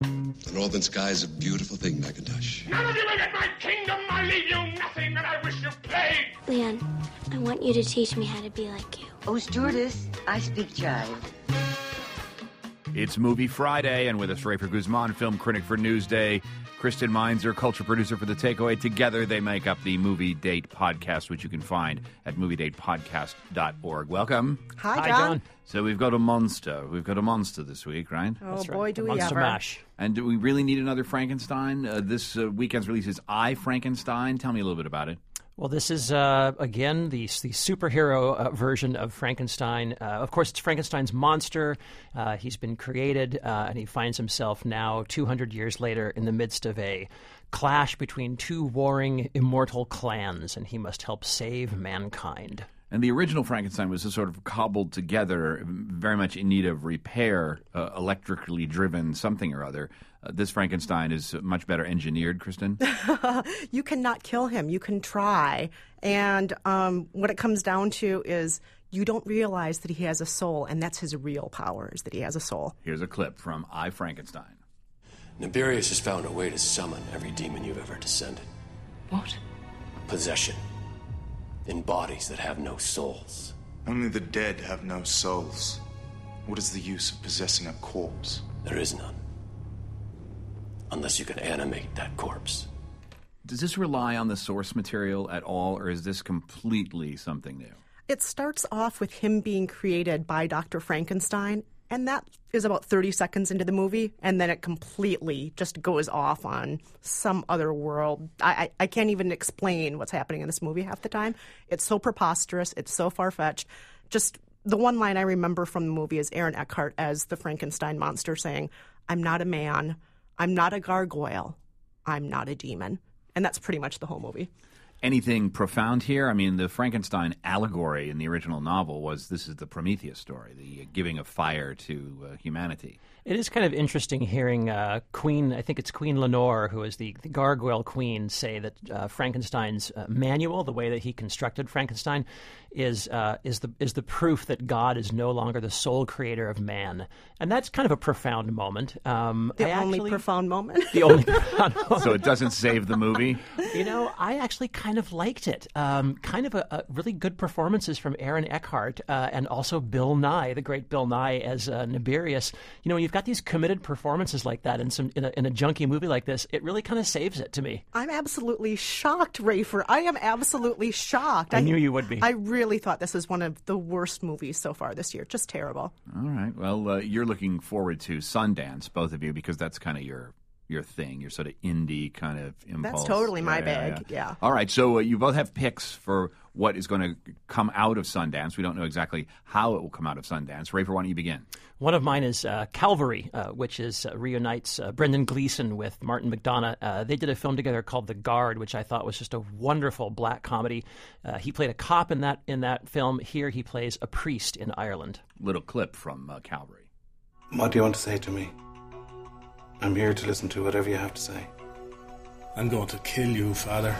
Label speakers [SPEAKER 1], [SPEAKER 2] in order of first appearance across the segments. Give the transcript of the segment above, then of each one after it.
[SPEAKER 1] The northern sky is a beautiful thing, Macintosh.
[SPEAKER 2] None of you will get my kingdom. I leave you nothing, and I wish you plague.
[SPEAKER 3] Leon, I want you to teach me how to be like you.
[SPEAKER 4] Oh, stewardess, I speak jive.
[SPEAKER 5] It's Movie Friday, and with us, Rafer Guzman, film critic for Newsday, Kristen Meinzer, culture producer for The Takeaway. Together, they make up the Movie Date Podcast, which you can find at moviedatepodcast.org. Welcome.
[SPEAKER 6] Hi, John.
[SPEAKER 5] So we've got a monster. We've got a monster this week, right?
[SPEAKER 6] Oh boy, do we
[SPEAKER 7] Monster
[SPEAKER 6] ever!
[SPEAKER 7] Mash.
[SPEAKER 5] And do we really need another Frankenstein? Uh, this uh, weekend's release is I, Frankenstein. Tell me a little bit about it.
[SPEAKER 7] Well, this is uh, again the the superhero uh, version of Frankenstein. Uh, of course, it's Frankenstein's monster. Uh, he's been created, uh, and he finds himself now 200 years later in the midst of a clash between two warring immortal clans, and he must help save mankind.
[SPEAKER 5] And the original Frankenstein was just sort of cobbled together, very much in need of repair, uh, electrically driven something or other. Uh, this Frankenstein is much better engineered, Kristen.
[SPEAKER 6] You cannot kill him. You can try, and um, what it comes down to is you don't realize that he has a soul, and that's his real power is that he has a soul.
[SPEAKER 5] Here's a clip from I, Frankenstein.
[SPEAKER 8] Nibirius has found a way to summon every demon you've ever descended.
[SPEAKER 9] What?
[SPEAKER 8] Possession. In bodies that have no souls.
[SPEAKER 10] Only the dead have no souls. What is the use of possessing a corpse?
[SPEAKER 8] There is none. Unless you can animate that corpse.
[SPEAKER 5] Does this rely on the source material at all, or is this completely something new?
[SPEAKER 6] It starts off with him being created by Dr. Frankenstein, and that is about 30 seconds into the movie, and then it completely just goes off on some other world. I, I, I can't even explain what's happening in this movie half the time. It's so preposterous, it's so far fetched. Just the one line I remember from the movie is Aaron Eckhart as the Frankenstein monster saying, I'm not a man, I'm not a gargoyle, I'm not a demon. And that's pretty much the whole movie.
[SPEAKER 5] Anything profound here? I mean, the Frankenstein allegory in the original novel was this is the Prometheus story, the giving of fire to uh, humanity.
[SPEAKER 7] It is kind of interesting hearing uh, Queen, I think it's Queen Lenore, who is the, the gargoyle queen, say that uh, Frankenstein's uh, manual, the way that he constructed Frankenstein, is uh, is the is the proof that God is no longer the sole creator of man, and that's kind of a profound moment. Um,
[SPEAKER 6] The
[SPEAKER 7] I
[SPEAKER 6] only
[SPEAKER 7] actually-
[SPEAKER 6] profound moment.
[SPEAKER 7] the only profound moment.
[SPEAKER 5] So it doesn't save the movie.
[SPEAKER 7] You know, I actually kind of liked it. Um, kind of a, a really good performances from Aaron Eckhart uh, and also Bill Nye, the great Bill Nye as uh, Nibirius. You know, when you've got these committed performances like that in some in a, in a junky movie like this, it really kind of saves it to me.
[SPEAKER 6] I'm absolutely shocked, Rafer. I am absolutely shocked.
[SPEAKER 7] I knew you would be.
[SPEAKER 6] I really thought this was one of the worst movies so far this year. Just terrible.
[SPEAKER 5] All right. Well, uh, you're looking forward to Sundance, both of you, because that's kind of your your thing. Your sort of indie kind of impulse.
[SPEAKER 6] totally my bag, yeah.
[SPEAKER 5] All right. So uh, you both have picks for what is going to come out of Sundance. We don't know exactly how it will come out of Sundance. Rafer, why don't you begin?
[SPEAKER 7] One of mine is uh, Calvary, uh, which is uh, reunites uh, Brendan Gleeson with Martin McDonough. Uh, they did a film together called The Guard, which I thought was just a wonderful black comedy. Uh, he played a cop in that in that film. Here, he plays a priest in Ireland.
[SPEAKER 5] Little clip from uh, Calvary.
[SPEAKER 10] What do you want to say to me? I'm here to listen to whatever you have to say.
[SPEAKER 9] I'm going to kill you, Father.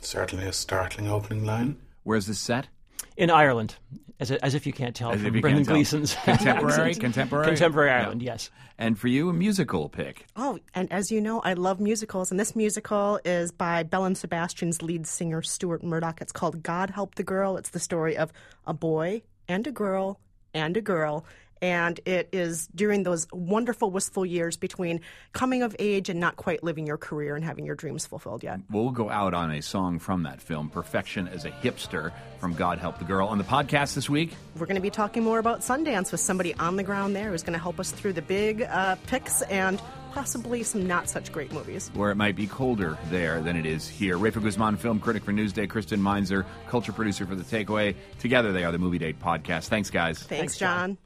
[SPEAKER 10] Certainly a startling opening line.
[SPEAKER 5] Where's this set?
[SPEAKER 7] In Ireland, as, as if you can't tell
[SPEAKER 5] As if
[SPEAKER 7] Oh, from
[SPEAKER 5] you
[SPEAKER 7] Brendan
[SPEAKER 5] can't tell.
[SPEAKER 7] Gleeson's
[SPEAKER 5] Contemporary,
[SPEAKER 7] accent.
[SPEAKER 5] contemporary,
[SPEAKER 7] contemporary
[SPEAKER 5] Yeah.
[SPEAKER 7] Ireland. Yes,
[SPEAKER 5] And for you, a musical pick.
[SPEAKER 6] Oh, and as you know, I love musicals, and this musical is by Belle and Sebastian's lead singer, Stuart Murdoch. It's called God Help the Girl. It's the story of a boy and a girl and a girl. And it is during those wonderful, wistful years between coming of age and not quite living your career and having your dreams fulfilled yet.
[SPEAKER 5] We'll go out on a song from that film, Perfection as a Hipster, from God Help the Girl. On the podcast this week,
[SPEAKER 6] We're going to be talking more about Sundance with somebody on the ground there who's going to help us through the big uh, picks and possibly some not such great movies.
[SPEAKER 5] where it might be colder there than it is here. Rafa Guzman, film critic for Newsday, Kristen Meinzer, culture producer for The Takeaway. Together they are the Movie Date Podcast. Thanks, guys.
[SPEAKER 6] Thanks, John.